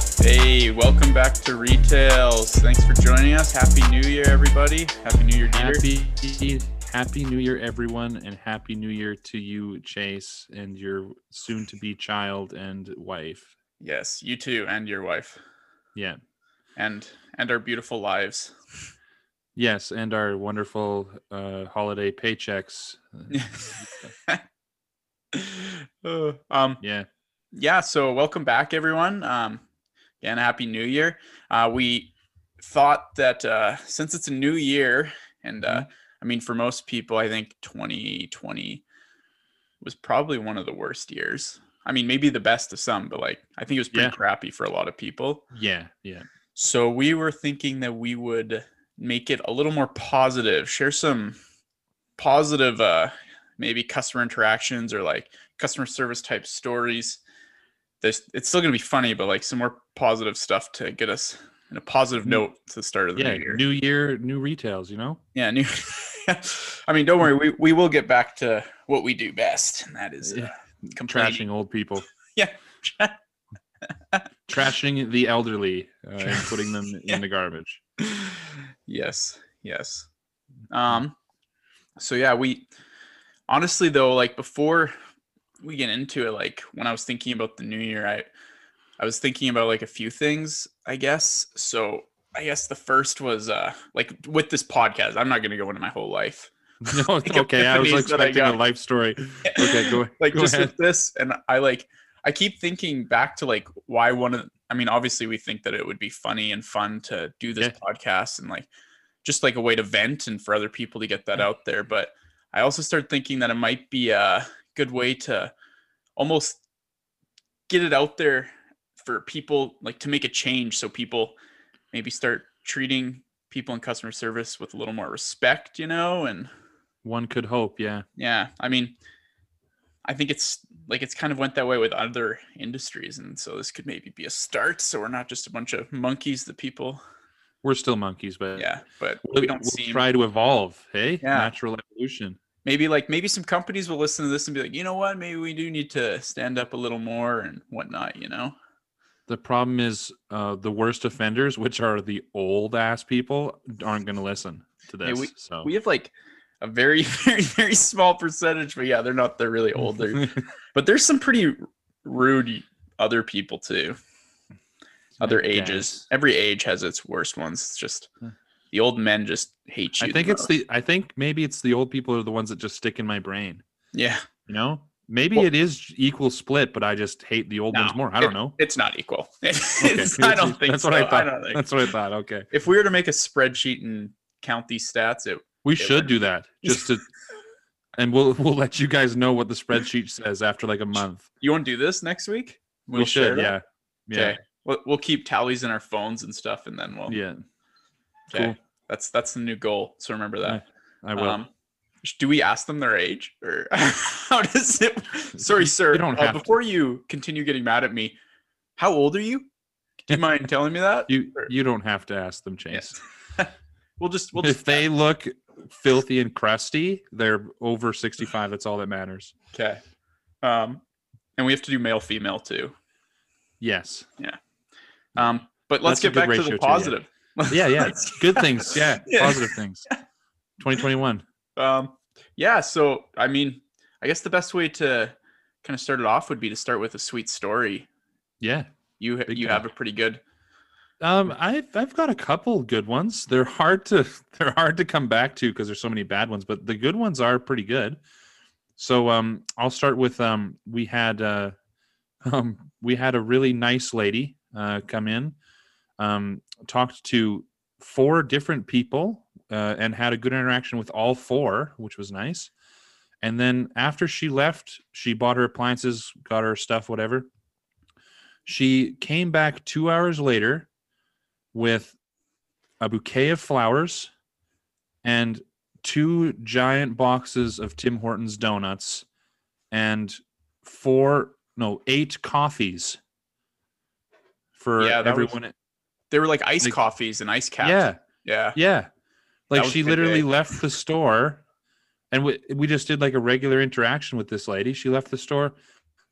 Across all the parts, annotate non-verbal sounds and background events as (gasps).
everybody. Welcome back to Retails. Thanks for joining us. Happy New Year, everybody. Happy New Year, Dieter. Happy Happy New Year, everyone, and Happy New Year to you, Chase, and your soon-to-be child and wife. Yes, you too, and your wife, Yeah. and and our beautiful lives. (laughs) Yes, and our wonderful uh, holiday paychecks. Uh, um, Yeah. yeah so welcome back everyone um again happy new year uh we thought that uh since it's a new year and uh i mean for most people i think 2020 was probably one of the worst years i mean maybe the best of some but like i think it was pretty Yeah. crappy for a lot of people Yeah. Yeah. so we were thinking that we would make it a little more positive, share some positive uh maybe customer interactions or like customer service type stories. There's it's still gonna be funny, but like some more positive stuff to get us in a positive note to the start of the Mm. Yeah. new year. New year, new retails, you know? yeah, new (laughs) I mean, don't worry, we, we will get back to what we do best, and that is uh, Yeah, complaining. Trashing old people. (laughs) Yeah. Trashing the elderly uh, and (laughs) putting them in the garbage. (laughs) yes yes um so yeah we honestly though like before we get into it like when i was thinking about the new year i i was thinking about like a few things i guess so i guess the first was uh like with this podcast i'm not gonna go into my whole life No, it's okay. I was epiphanies that I expecting a got. (laughs) life story. Okay, go, like go just ahead. with this and i like i keep thinking back to like why one of i mean obviously we think that it would be funny and fun to do this Yeah. podcast and like just like a way to vent and for other people to get that out there but i also started thinking that it might be a good way to almost get it out there for people like to make a change so people maybe start treating people in customer service with a little more respect you know and One could hope, yeah. yeah, I mean, I think it's like it's kind of went that way with other industries, and so this could maybe be a start. So we're not just a bunch of monkeys. The people, We're still monkeys, but yeah, but we'll, we don't we'll seem try to evolve. Hey, Yeah. natural evolution. maybe like maybe some companies will listen to this and be like, you know what, maybe we do need to stand up a little more and whatnot. You know, The problem is uh, the worst offenders, which are the old ass people, aren't going to listen to this. Hey, so we have like a very (laughs) very very small percentage, but yeah, they're not. They're really old. They're, (laughs) but there's some pretty rude other people too. other I ages. guess. Every age has its worst ones. It's just Huh. the old men just hate you. Hmm. I think it's the. I think maybe it's the old people are the ones that just stick in my brain. most. yeah. You know, maybe Well- it is equal split, but I just hate the old ones No, more. I (laughs) don't know. It's not equal. It's- I don't think That's what I so. thought. don't think. That's what I thought. Okay, if we were to make a spreadsheet and count these stats, it we Okay, should we're- do that (laughs) just to, and we'll we'll let you guys know what the spreadsheet says after like a month. you want to do this next week? we should, share yeah, that? yeah, Okay. We'll, we'll keep tallies in our phones and stuff, and then we'll. yeah. Okay. Cool. That's that's the new goal. So remember that. I will. Um, sh- do we ask them their age, or (laughs) how does it? Sorry, sir. You don't uh, have to. before you continue getting mad at me, how old are you? Do you mind telling me that? (laughs) You Or- you don't have to ask them, Chase. Yes. (laughs) we'll just we'll if just they look filthy and crusty, they're over sixty five. That's all that matters. okay. Um, and we have to do male female too. Yes. Um, but let's That's get a back good to the ratio too, yeah. positive. Yeah, yeah. (laughs) Let's- Good things. Yeah. Yeah. Positive things. Twenty twenty one. (laughs) um, yeah. So I mean, I guess the best way to kind of start it off would be to start with a sweet story. Yeah. You Big you time. have a pretty good. Um, I've I've got a couple good ones. They're hard to (laughs) they're hard to come back to because there's so many bad ones, but the good ones are pretty good. So um, I'll start with um, we had uh, (laughs) um, we had a really nice lady uh, come in, um, talked to four different people, uh, and had a good interaction with all four, which was nice. And then after she left, she bought her appliances, got her stuff, whatever. She came back two hours later with a bouquet of flowers and two giant boxes of Tim Hortons donuts and four no eight coffees for Yeah, that was- everyone at- They were like iced Like- coffees and ice caps. yeah Yeah. yeah like was a she good literally day. left the store and we, we just did like a regular interaction with this lady she left the store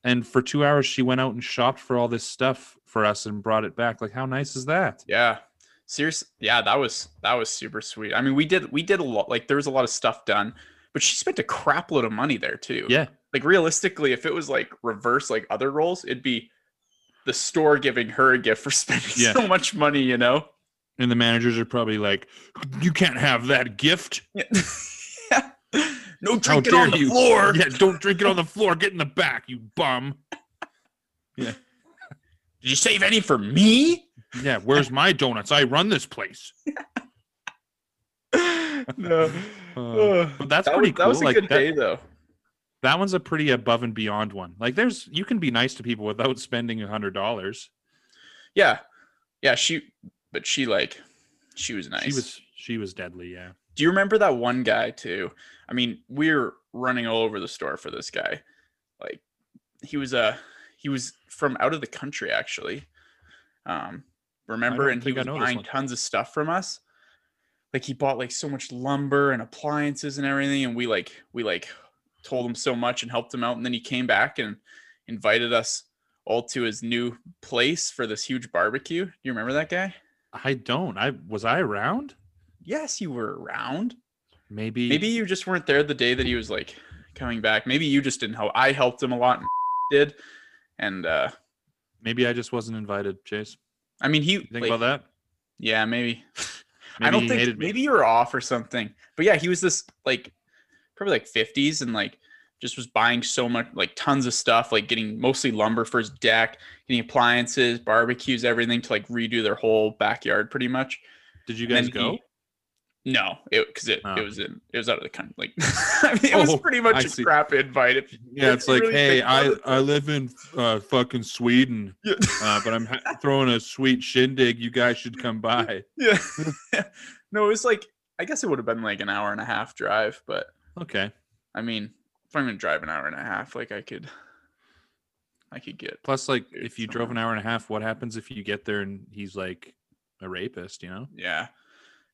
and for two hours she went out and shopped for all this stuff for us and brought it back. Like, how nice is that? Yeah. Serious. Yeah, that was that was super sweet. I mean, we did we did a lot. Like there was a lot of stuff done, but she spent a crap load of money there too. Yeah. Like realistically, if it was like reverse like other roles, it'd be the store giving her a gift for (laughs) spending Yeah. so much money. You know. And the managers are probably like, you can't have that gift. yeah. (laughs) No How drinking dare on the you? floor. Yeah, don't drink it on the floor. Get in the back, you bum. Did you save any for me? (laughs) Yeah, where's my donuts? I run this place. no. Uh, but that's that pretty was, That was cool, a like, good that- day though. That one's a pretty above and beyond one. Like, there's you can be nice to people without spending a hundred dollars. Yeah. Yeah, she but she like she was nice. She was she was deadly. Yeah. Do you remember that one guy too? I mean, we're running all over the store for this guy. Like he was a he was from out of the country actually. Um remember don't and he think I was know this buying one. tons of stuff from us. Like he bought like so much lumber and appliances and everything and we like we like told him so much and helped him out and then he came back and invited us all to his new place for this huge barbecue. Do you remember that guy? I don't. I was I around? Yes, you were around. Maybe. Maybe you just weren't there the day that he was like coming back. Maybe you just didn't help. I helped him a lot and (laughs) did. And uh Maybe I just wasn't invited. Chase, I mean he you think like, about that? yeah, maybe. (laughs) Maybe I don't he think hated me. maybe you were off or something. But yeah, he was this like probably like 50s and like just was buying so much like tons of stuff, like getting mostly lumber for his deck, getting appliances, barbecues, everything to like redo their whole backyard pretty much. Did you And guys then go? he- no, it because it, Oh. it was in it was out of the country. Like (laughs) I mean, it was Oh, pretty much I a see. crap invite. If, Yeah, it's you like, really hey, think about I it. I live in uh, fucking Sweden, Yeah. uh, but I'm (laughs) ha- throwing a sweet shindig. You guys should come by. (laughs) yeah, (laughs) no, it was like I guess it would have been like an hour and a half drive, but Okay. I mean, if I'm gonna drive an hour and a half, like I could, I could get Plus, like, Dude, if you so drove an hour and a half, what happens if you get there and he's like a rapist? You know? yeah.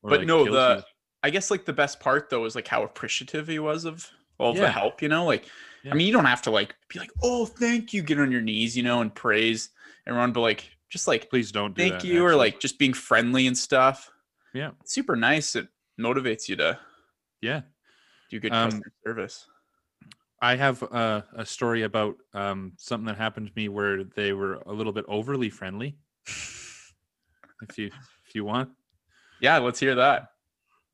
Or, But like, no, kills the- I guess like the best part though was like how appreciative he was of all of Yeah. the help, you know? Like Yeah. I mean you don't have to like be like, Oh, thank you, get on your knees, you know, and praise everyone, but like just like you. Please don't do thank that. you or actually. like just being friendly and stuff. Yeah. It's super nice. It motivates you to yeah. do good Um, customer service. I have uh, a story about um, something that happened to me where they were a little bit overly friendly. (laughs) if you if you want. Yeah, let's hear that.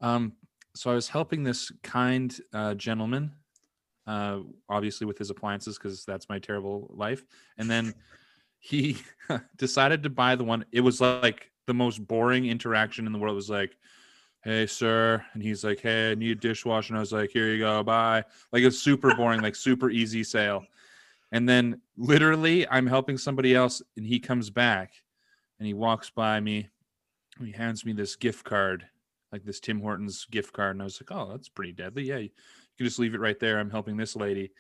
Um, so I was helping this kind uh, gentleman, uh, obviously with his appliances because that's my terrible life. And then he (laughs) decided to buy the one. It was like the most boring interaction in the world. It was like, "Hey, sir," and he's like, "Hey, I need a dishwasher." And I was like, "Here you go, bye." Like it's super boring, like super easy sale. And then literally, I'm helping somebody else, and he comes back, and he walks by me, and he hands me this gift card like this Tim Hortons gift card. And I was like, oh, that's pretty deadly. Yeah, you can just leave it right there. I'm helping this lady.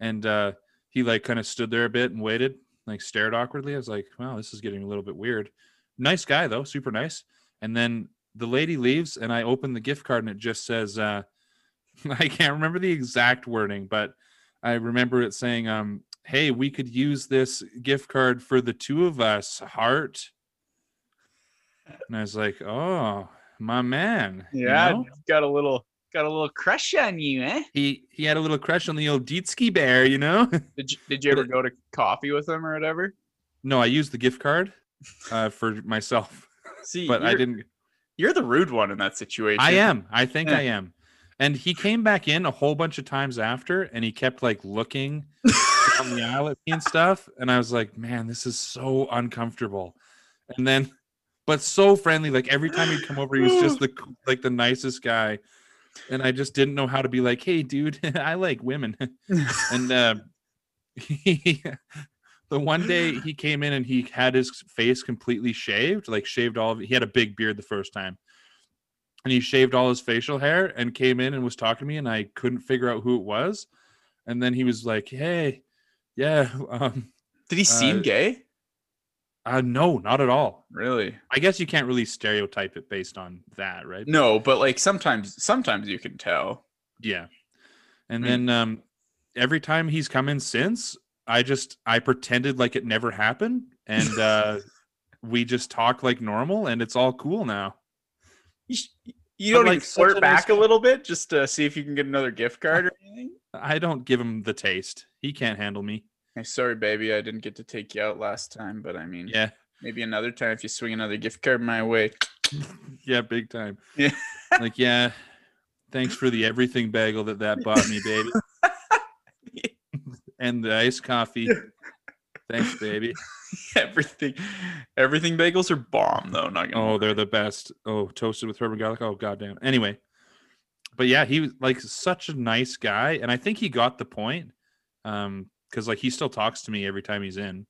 And uh, he like kind of stood there a bit and waited, like stared awkwardly. I was like, wow, this is getting a little bit weird. Nice guy though, super nice. And then the lady leaves and I open the gift card and it just says, uh, (laughs) I can't remember the exact wording, but I remember it saying, um, hey, we could use this gift card for the two of us, heart. And I was like, oh, my man. you know? got a little got a little crush on you, eh? he he had a little crush on the old Dietzky bear, you know. (laughs) Did you, did you But ever go to coffee with him or whatever? no, I used the gift card uh, for myself, (laughs) See, but I you're- didn't. You're the rude one in that situation. I am. I think Yeah. I am. And he came back in a whole bunch of times after, and he kept like looking (laughs) on the aisle at me and stuff. And I was like, man, this is so uncomfortable. And then, but so friendly. Like every time he'd come over, he was (sighs) just the c- like the nicest guy. And I just didn't know how to be like, hey, dude, (laughs) I like women. and uh, (laughs) he, the one day he came in and he had his face completely shaved, like shaved all of it. He had a big beard the first time. And he shaved all his facial hair and came in and was talking to me, and I couldn't figure out who it was. And then he was like, "Hey, yeah, um, Did he seem Uh, gay? uh, no, not at all. Really? I guess you can't really stereotype it based on that, right? No, but like sometimes sometimes you can tell. Yeah. And Hmm. then um every time he's come in since, I just I pretended like it never happened and uh, we just talk like normal, and it's all cool now. You, sh- you But, don't like, even flirt such a nice back a little bit just to see if you can get another (laughs) gift card or anything. I don't give him the taste; he can't handle me. Hey, sorry, baby, I didn't get to take you out last time, but I mean, Yeah, (laughs) maybe another time if you swing another gift card my way. (laughs) yeah, big time. Yeah. like yeah. Thanks for the everything bagel that that bought me, baby. and the iced coffee. Thanks, baby. everything, everything bagels are bomb though. Not gonna. Oh, lie. they're the best. Oh, toasted with herb and garlic. Oh, goddamn. Anyway, but yeah, he was like such a nice guy, and I think he got the point. Um, because like he still talks to me every time he's in,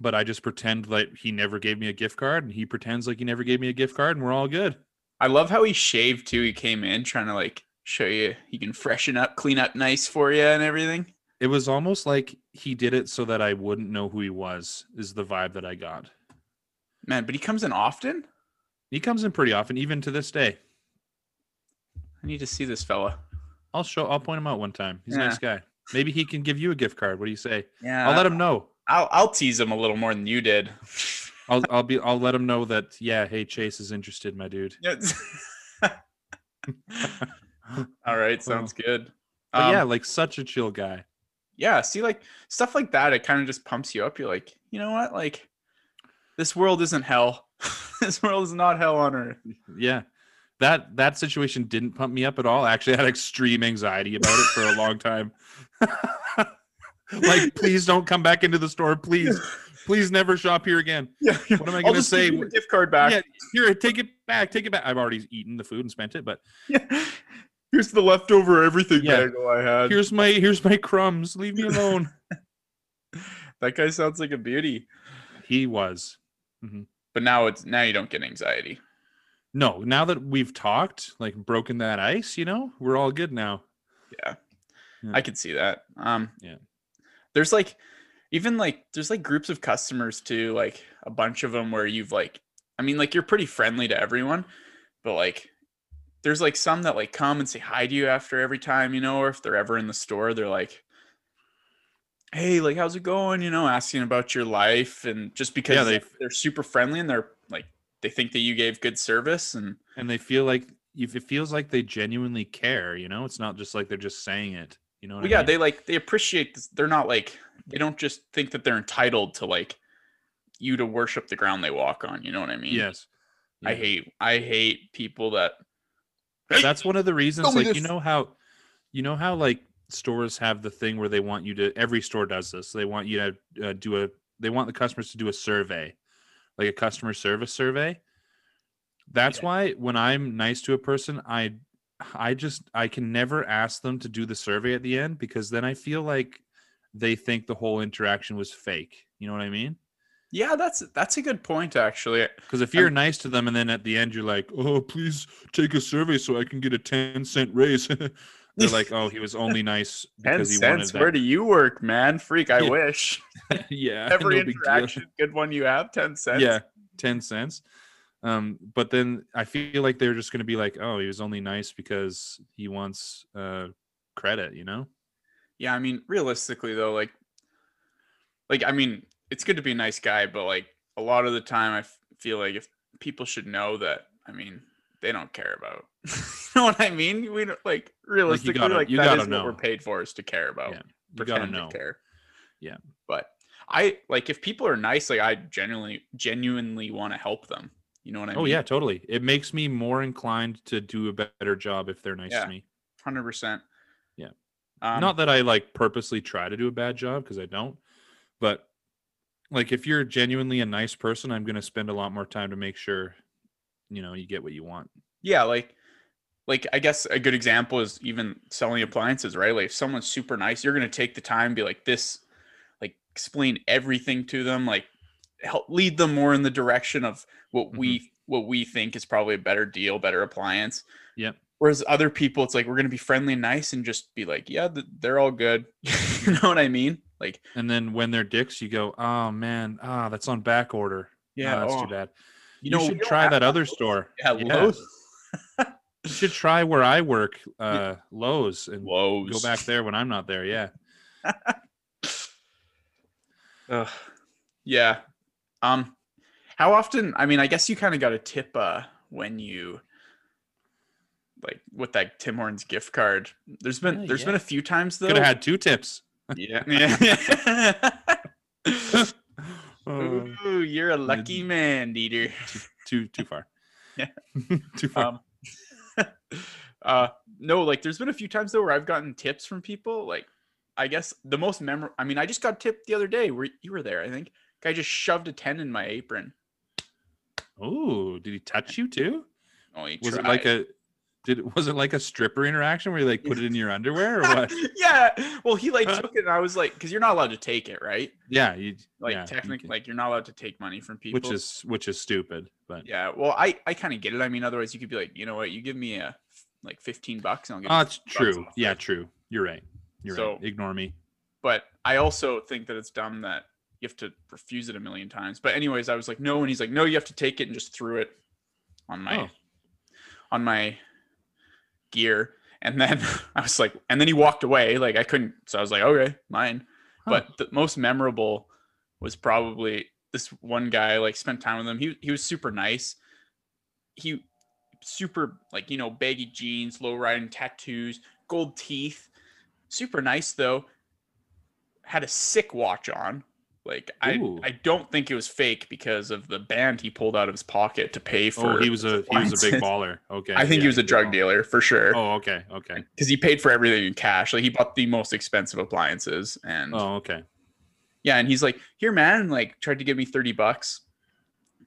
but I just pretend like he never gave me a gift card, and he pretends like he never gave me a gift card, and we're all good. I love how he shaved too. He came in trying to like show you he can freshen up, clean up nice for you, and everything. It was almost like he did it so that I wouldn't know who he was. Is the vibe that I got. Man, but he comes in often. He comes in pretty often, even to this day. I need to see this fella. I'll show. I'll point him out one time. He's Yeah. Uh, a nice guy. Maybe he can give you a gift card. What do you say? Yeah, I'll let him know. I'll, I'll tease him a little more than you did. I'll I'll be I'll let him know that yeah, hey Chase is interested, my dude. (laughs) All right, (laughs) sounds good. But yeah, Um, like such a chill guy. yeah. See, like stuff like that, it kind of just pumps you up. You're like, you know what? Like, this world isn't hell. (laughs) this world is not hell on earth. Yeah. That that situation didn't pump me up at all. I actually had extreme anxiety about it for a long time. (laughs) like please don't come back into the store, please. Please never shop here again. Yeah. What am I gonna say? gift card back. Yeah, here, take it back, take it back. I've already eaten the food and spent it, but (laughs) Here's the leftover everything Yeah. bagel I had. here's my here's my crumbs. Leave me alone. that guy sounds like a beauty. (laughs) he was. But now it's now you don't get anxiety. No, now that we've talked, like broken that ice, you know, we're all good now. I could see that. Um, Yeah. There's like, even like, there's like groups of customers too, like a bunch of them where you've like, I mean, like you're pretty friendly to everyone, but like, there's like some that like come and say hi to you after every time, you know, or if they're ever in the store, they're like, hey, like, how's it going? You know, asking about your life. And just because they- they, they're super friendly and they're like, they think that you gave good service and And they feel like if it feels like they genuinely care, you know, it's not just like they're just saying it. You know, what Well, I yeah, mean? they like they appreciate. This. They're not like they don't just think that they're entitled to like you to worship the ground they walk on. You know what I mean? yes, I Yeah. hate I hate people that. That's one of the reasons, me like you this. know how, you know how like stores have the thing where they want you to. Every store does this. They want you to uh, do a. They want the customers to do a survey, like a customer service survey. That's Yeah. why when I'm nice to a person, I, I just I can never ask them to do the survey at the end because then I feel like they think the whole interaction was fake. You know what I mean? Yeah, that's that's a good point actually. Because if you're nice to them and then at the end you're like, oh, please take a survey so I can get a 10 cent raise. (laughs) They're like, oh, he was only nice (laughs) Ten because he cents. Where wanted do you work, man? Freak. I Yeah. (laughs) wish that. (laughs) yeah. every no big deal. interaction, (laughs) good one you have, ten cents. Yeah. 10 cents. Um, but then I feel like they're just going to be like, oh, he was only nice because he wants uh, credit, you know? Yeah, I mean, realistically though, like, like I mean, it's good to be a nice guy, but like a lot of the time, I f- feel like if people should know that, I mean, they don't care about. (laughs) you know what I mean? We don't like realistically, gotta- like, you that gotta is what we're know. paid for is to care about. Yeah, You got to pretend know. to care. Yeah. but I like if people are nice, like I genuinely, genuinely want to help them. You know what I mean? Oh, yeah, totally. It makes me more inclined to do a better job if they're nice Yeah. to me. hundred percent. Yeah. um, not that I like purposely try to do a bad job because I don't, but like if you're genuinely a nice person, I'm going to spend a lot more time to make sure you know you get what you want. yeah like like i guess a good example is even selling appliances right like if someone's super nice you're going to take the time be like this like explain everything to them like help lead them more in the direction of what Mhm. we what we think is probably a better deal better appliance Yep. whereas other people it's like we're going to be friendly and nice and just be like yeah th- they're all good (laughs) you know what i mean like And then when they're dicks, you go, "Oh man, ah, that's on back order. yeah Ah, that's oh, too bad." you You, know, we should don't try have that other store. yeah, Yeah. Lowe's- You should try where I work, uh, Lowe's, and Lowe's. go back there when I'm not there. Yeah, Ugh. Yeah. Um, how often? I mean, I guess you kind of got a tip uh, when you like with that Tim Horns gift card. There's been Yeah, there's been Oh, yeah. a few times though. Could (laughs) have had two tips. yeah. yeah. Oh, Ooh, you're a lucky man, (laughs) Dieter. too too far. (laughs) Yeah. (laughs) too far. Um, (laughs) uh, no, like there's been a few times though where I've gotten tips from people. Like, I guess the most memorable. I mean, I just got tipped the other day. Where you were there, I think. Guy just shoved a ten in my apron. Um, oh, did he touch you too? Oh, he Was it tried. like a did (laughs) was it like a stripper interaction where you like put it in your (laughs) (laughs) underwear or what? yeah. Well, he like took it, and I was like, because you're not allowed to take it, right? Yeah, you Like yeah, you technically, can- like you're not allowed to take money from people. which is which is stupid, but yeah. Well, I I kind of get it. I mean, otherwise you could be like, you know what? You give me a like 15 bucks, and I'll give. oh, you it's true. off Yeah, true. You're right. You're So- right. Ignore me. but I also think that it's dumb that you have to refuse it a million times. But anyways, I was like, no, and he's like, no, you have to take it and just threw it on my Oh. on my gear. And then (laughs) I was like, and then he walked away. Like I couldn't, so I was like, okay, mine. Huh. But the most memorable was probably this one guy. Like spent time with him. He he was super nice. He super like you know baggy jeans, low riding tattoos, gold teeth. Super nice though. Had a sick watch on. Like I Ooh. I don't think it was fake because of the band he pulled out of his pocket to pay for. Oh, he was a he was a appliances. big baller. Okay. I think yeah, he was a big drug baller. dealer for sure Oh, okay. Okay. because he paid for everything in cash. Like he bought the most expensive appliances, and Oh, okay. yeah, and he's like, "Here, man," and, like tried to give me thirty bucks,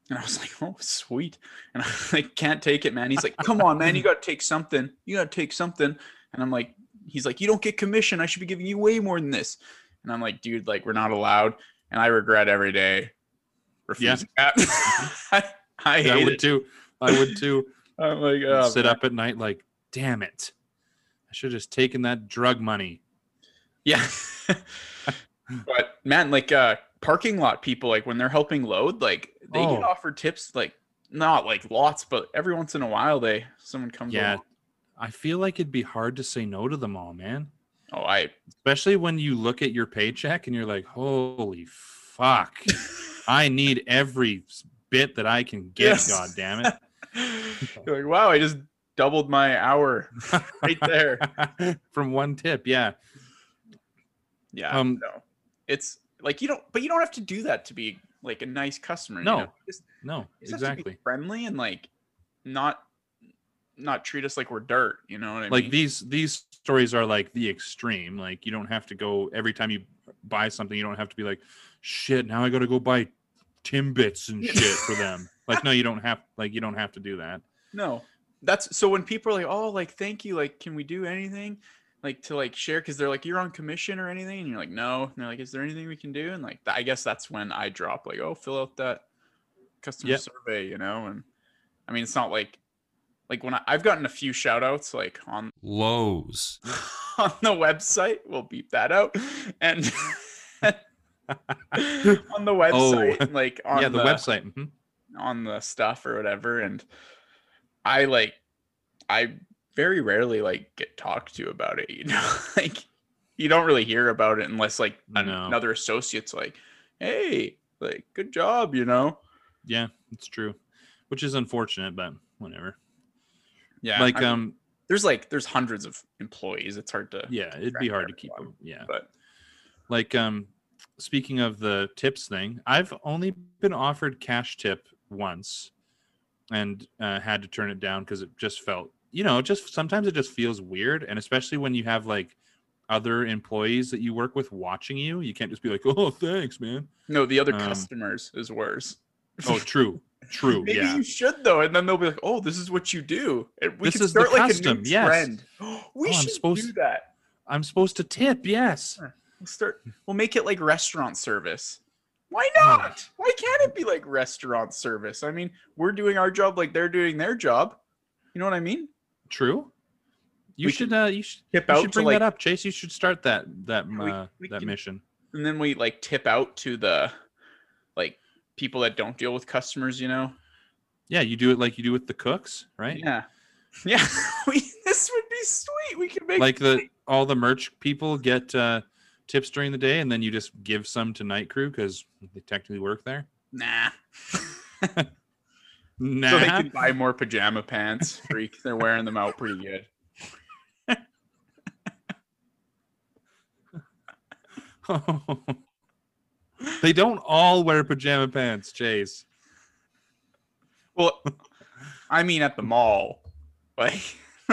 and I was like, "Oh, sweet," and I like can't take it, man. He's like, "Come on, man, you got to take something. You got to take something," and I'm like, "He's like, you don't get commission. I should be giving you way more than this," and I'm like, "Dude, like we're not allowed," and I regret every day refusing that. (laughs) I, (laughs) I Yeah, I hate would it. too. I would (laughs) too. I'm like, I'd oh, sit up at night like, damn it. I should have just taken that drug money. Yeah. (laughs) but man, like uh parking lot people, like when they're helping load, like they Oh. get offered tips like not like lots, but every once in a while they someone comes Yeah. along. I feel like it'd be hard to say no to them all, man. Oh, I (laughs) Especially when you look at your paycheck and you're like, holy fuck. I need every s- bit that (laughs) I can get, Yes. god damn (laughs) it. you're like, wow, I just doubled my (laughs) hour right there. (laughs) From one tip, yeah. Yeah. Um, no. It's like you don't but you don't have to do that to be like a nice customer. you No, know? Just- No, you just have to be exactly. friendly and like not not treat us like we're dirt, you know what I like mean? these these stories are like the extreme like you don't have to go every time you buy something you don't have to be like shit now i gotta go buy timbits (laughs) and shit for them like no you don't have like you don't have to do that No, that's so when people are like, "Oh, like thank you, like can we do anything, like to like share?" Because they're like, "You're on commission or anything," and you're like, "No," and they're like, "Is there anything we can do?" And like, th- I guess that's when I drop like, "Oh, fill out that customer Yep. survey," you know. And I mean, it's not like like when I, I've gotten a few shout outs like on (laughs) Lowe's. on the website. We'll beep that out (laughs) and. (laughs) on the website, and, like on Oh. yeah the, the website mhm. on the stuff or whatever and i like i very rarely like get talked to about it (laughs) you know like you don't really hear about it unless like an- No. another associate's like hey like good job you know yeah it's true which is unfortunate but whatever yeah like I mean, um there's like there's hundreds of employees it's hard to yeah it'd be track hard to keep everyone, them yeah but like um speaking of the tips thing i've only been offered cash tip once and uh, had to turn it down because it just felt you know just sometimes it just feels weird and especially when you have like other employees that you work with watching you you can't just be like oh (laughs) thanks man no the other Um, customers is worse oh true true Maybe yeah you should though, and then they'll be like, "Oh, this is what you do." And we This could is the start like a custom, new yes. trend. (gasps) we Oh, I'm should do supposed- that. i'm supposed to tip yes We'll start. We'll make it like restaurant service. Why Oh. not? Why can't it be like restaurant service? I mean, we're doing our job like they're doing their job. You know what I mean? true you We should can uh you should, Tip you out should to bring like, that up chase you should start that that Yeah, we- uh, we that can- mission and then we like tip out to the like people that don't deal with customers. You know? yeah you do it like you do with the cooks right Yeah. (laughs) Yeah. we, this would be sweet. We could make like the all the merch people get uh tips during the day and then you just give some to night crew because they technically work there? Nah. Nah. So they can buy more pajama pants. Freak. They're wearing them out pretty good. (laughs) they don't all wear pajama pants, Chase. Well, (laughs) I mean at the mall. Like (laughs)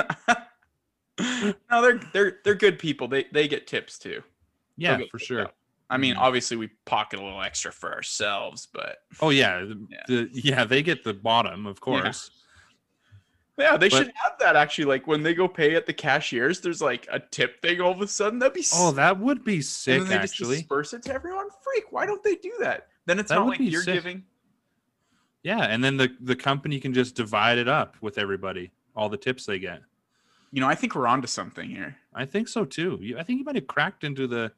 No, they're they're they're good people. They they get tips too. Yeah, Okay, for sure. I mean, Mhm. obviously we pocket a little extra for ourselves, but Oh yeah, the, Yeah. the- yeah, they get the bottom, of course. yeah, they But- should have that actually. Like when they go pay at the cashiers, there's like a tip thing all of a sudden. That'd be s- Oh, that would be and sick then they just actually. disperse it to everyone. Freak! Why don't they do that? Then it's That not would like be you're sick. giving. yeah, and then the the company can just divide it up with everybody, all the tips they get. You know, I think we're onto something here. I think so too. You, I think you might have cracked into the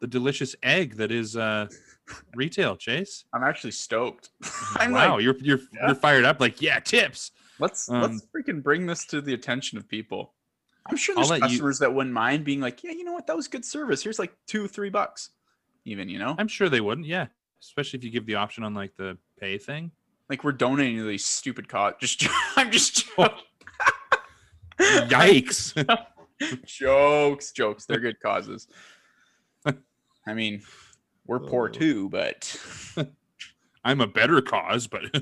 the delicious egg that is uh retail, Chase. I'm actually stoked. (laughs) I'm wow, like, you're you're yeah. you're fired up like, yeah, tips. let's um, let's freaking bring this to the attention of people. I'm sure I'll there's let you- customers that wouldn't mind being like, yeah, you know what, that was good service. Here's like two, three bucks, even. You know, I'm sure they wouldn't. Yeah, especially if you give the option on like the pay thing. (laughs) like we're donating to these stupid cause. Just (laughs) I'm just joking. Yikes! (laughs) jokes, jokes. They're good (laughs) causes. I mean, we're poor Oh. too, (laughs) but I'm a better cause, but (laughs) is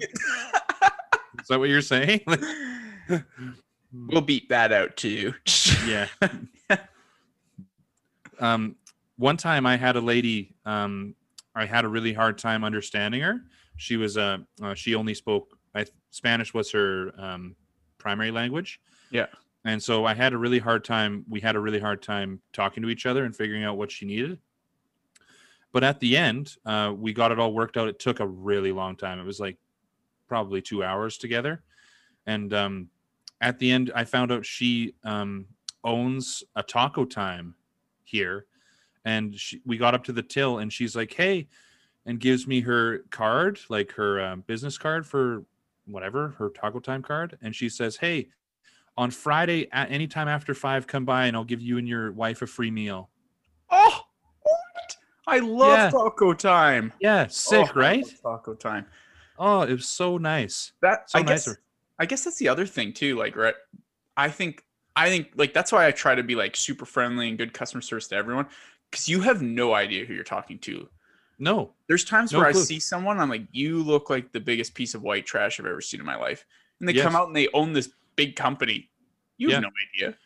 that what you're saying? Like, we'll beat that out too. yeah. (laughs) um, one time I had a lady. Um, I had a really hard time understanding her. She was uh, uh she only spoke I, Spanish was her um, primary language. Yeah. And so I had a really hard time. We had a really hard time talking to each other and figuring out what she needed. But at the end, uh, we got it all worked out. It took a really long time. It was like probably two hours together. And um, at the end, I found out she um, owns a taco time here. And she, we got up to the till, and she's like, "Hey," and gives me her card, like her um, business card for whatever her taco time card. And she says, "Hey, on Friday at any time after five, come by, and I'll give you and your wife a free meal." (laughs) Oh, what? I love Yeah. taco time. Yeah, sick, Oh, I right? love Taco time. Oh, it was so nice. That So I guess nicer. I guess that's the other thing too. Like, right? I think I think like that's why I try to be like super friendly and good customer service to everyone because you have no idea who you're talking to. No, There's times No where clue. I see someone, I'm like, you look like the biggest piece of white trash I've ever seen in my life, and they come Yes. out and they own this big company. You have Yeah. no idea.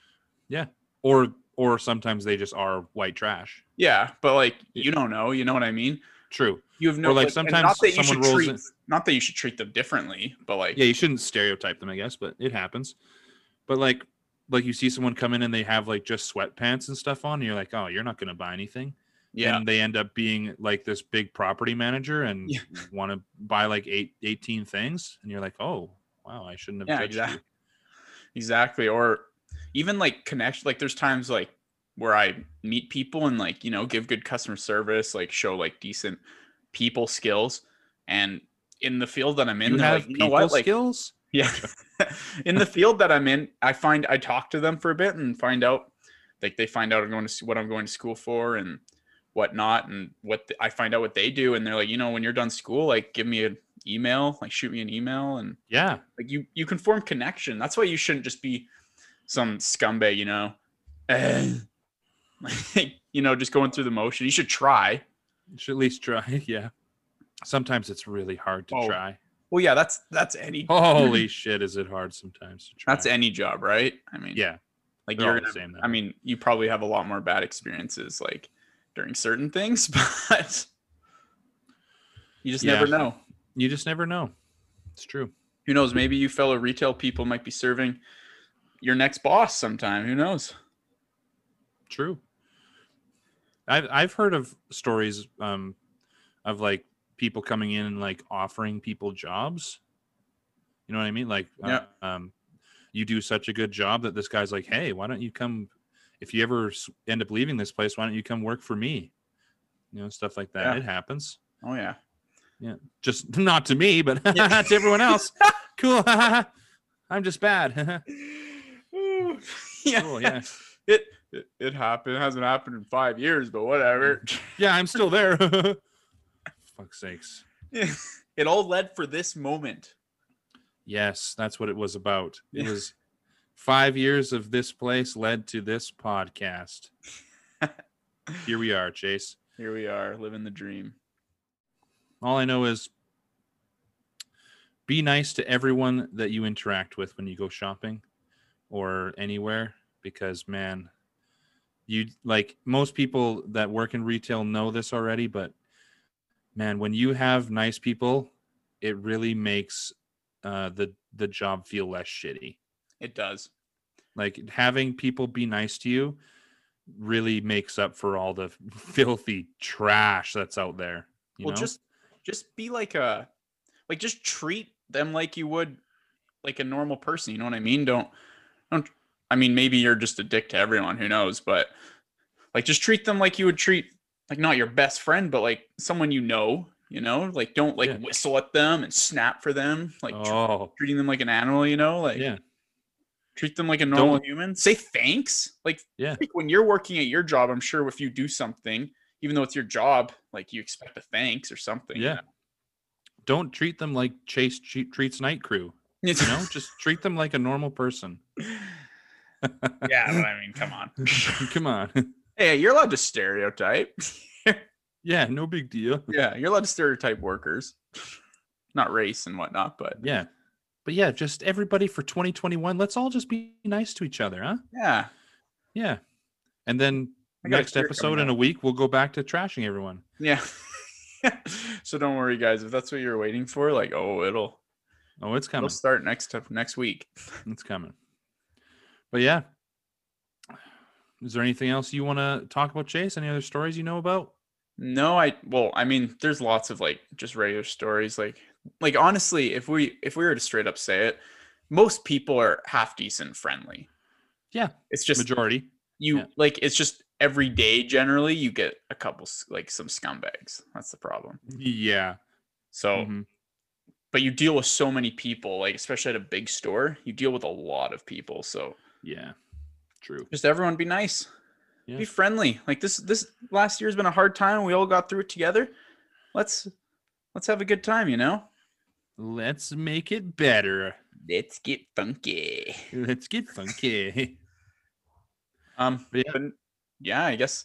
or or sometimes they just are white trash. Yeah, but like Yeah. you don't know. You know what I mean? True. You have no. like, and sometimes not that you someone should rolls treat, in- Not that you should treat them differently, but like yeah you shouldn't stereotype them i guess but it happens but like like you see someone come in and they have like just sweatpants and stuff on and you're like oh you're not going to buy anything yeah. and they end up being like this big property manager and Yeah. want to buy like eight, 18 things and you're like oh wow i shouldn't have Yeah, judged you." exact- Exactly. Or even like connection. Like there's times like where I meet people and like, you know, give good customer service, like show like decent people skills. And in the field that I'm in, you they're have like, you know people what? Like, skills yeah. (laughs) in the field that I'm in, I find I talk to them for a bit and find out like they find out I'm going to s- what I'm going to school for and whatnot and what th- I find out what they do. And they're like, you know, when you're done school, like give me an email, like shoot me an email and yeah like you you can form connection. That's why you shouldn't just be some scumbag, you know. Eh. (laughs) Like, you know, just going through the motion. You should try. you should at least try (laughs) yeah sometimes it's really hard to Oh. (laughs) try Well, yeah, that's that's any holy shit is it hard sometimes to try that's any job, right? I mean, yeah like they're all you're the gonna, same though. I mean, you probably have a lot more bad experiences like during certain things, (laughs) but you just never Yeah. know. you just never know it's true Who knows? Maybe you fellow retail people might be serving your next boss sometime. Who knows? True. I've I've heard of stories um of like people coming in and like offering people jobs. You know what I mean? Like Yeah. uh, um you do such a good job that this guy's like, "Hey, why don't you come if you ever s- end up leaving this place, why don't you come work for me?" You know, stuff like that. Yeah. It happens. Oh (laughs) yeah. (laughs) Just (laughs) not to me, but Yeah. to (laughs) everyone else. cool. (laughs) I'm just bad. (laughs) Ooh, yeah. cool, yeah. It It, it happened. It hasn't happened in five years, but whatever. Yeah, I'm still there. (laughs) Fuck sakes. (laughs) it all led for this moment. Yes, that's what it was about. It was five years of this place led to this podcast. Here we are, Chase. Here we are, living the dream. All I know is be nice to everyone that you interact with when you go shopping or anywhere because man you like most people that work in retail know this already but man when you have nice people it really makes uh, the the job feel less shitty It does. like having people be nice to you really makes up for all the (laughs) filthy trash that's out there you well, know? just just be like a like just treat them like you would like a normal person. You know what I mean? Don't don't. I mean, maybe you're just a dick to everyone. Who knows? But like, just treat them like you would treat like not your best friend, but like someone you know. You know, like don't like Yeah. whistle at them and snap for them. Like tr- oh treating them like an animal. You know, like yeah treat them like a normal human. Say thanks. Like, Yeah. like, when you're working at your job, I'm sure if you do something, even though it's your job, like you expect a thanks or something. (laughs) yeah don't treat them like chase che- treats night crew It's- you know (laughs) just treat them like a normal person (laughs) yeah, but I mean, come on. come on (laughs) (laughs) hey, you're allowed to stereotype. (laughs) yeah no big deal yeah, you're allowed to stereotype workers, not race and whatnot, but yeah but yeah just everybody for 2021 let's all just be nice to each other huh yeah. yeah and then I got a next beer episode coming in a up. week we'll go back to trashing everyone Yeah. (laughs) so don't worry, guys. If that's what you're waiting for, like, oh, it'll oh it's it'll coming start next t- next week. it's coming but yeah is there anything else you want to talk about chase any other stories you know about No, I well, I mean, there's lots of like just regular stories. Like, like honestly, if we if we were to straight up say it, most people are half decent friendly. Yeah. it's just majority you yeah. like it's just every day. Generally, you get a couple s- like some scumbags. That's the problem. yeah So, Mhm. but you deal with so many people, like especially at a big store, you deal with a lot of people. So yeah true just everyone be nice, Yeah. be friendly. Like this this last year's been a hard time. We all got through it together. Let's let's have a good time. You know. let's make it better Let's get funky. let's get funky Um, But but yeah. yeah. I guess,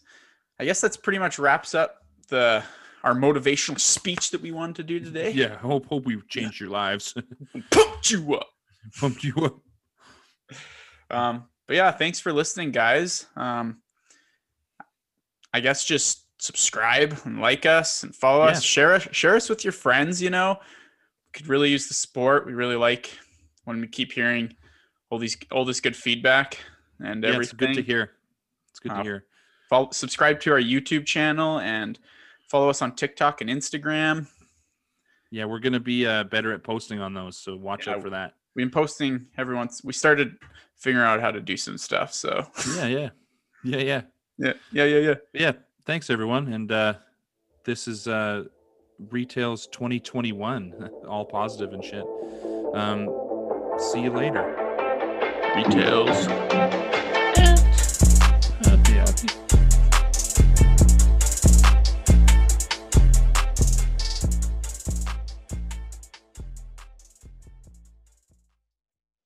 I guess that's pretty much wraps up the our motivational speech that we wanted to do today. yeah hope hope we've changed your lives (laughs) Pumped you up. pumped you uh, up Um, but yeah, thanks for listening, guys. Um, I guess just subscribe and like us and follow Yeah. us. Share us, share us with your friends. You know, could really use the support. We really like when we keep hearing all these all this good feedback and yeah, it's everything. good to hear it's good to Um, hear follow, subscribe to our YouTube channel and follow us on TikTok and Instagram. yeah we're gonna be uh, better at posting on those so watch Yeah, out for that (laughs) We've been posting every once. We started figuring out how to do some stuff. So yeah yeah yeah yeah yeah, yeah, yeah, yeah. But yeah thanks everyone and uh this is uh retails 2021 (laughs) all positive and shit um see you later Retails. (laughs) Happy, happy.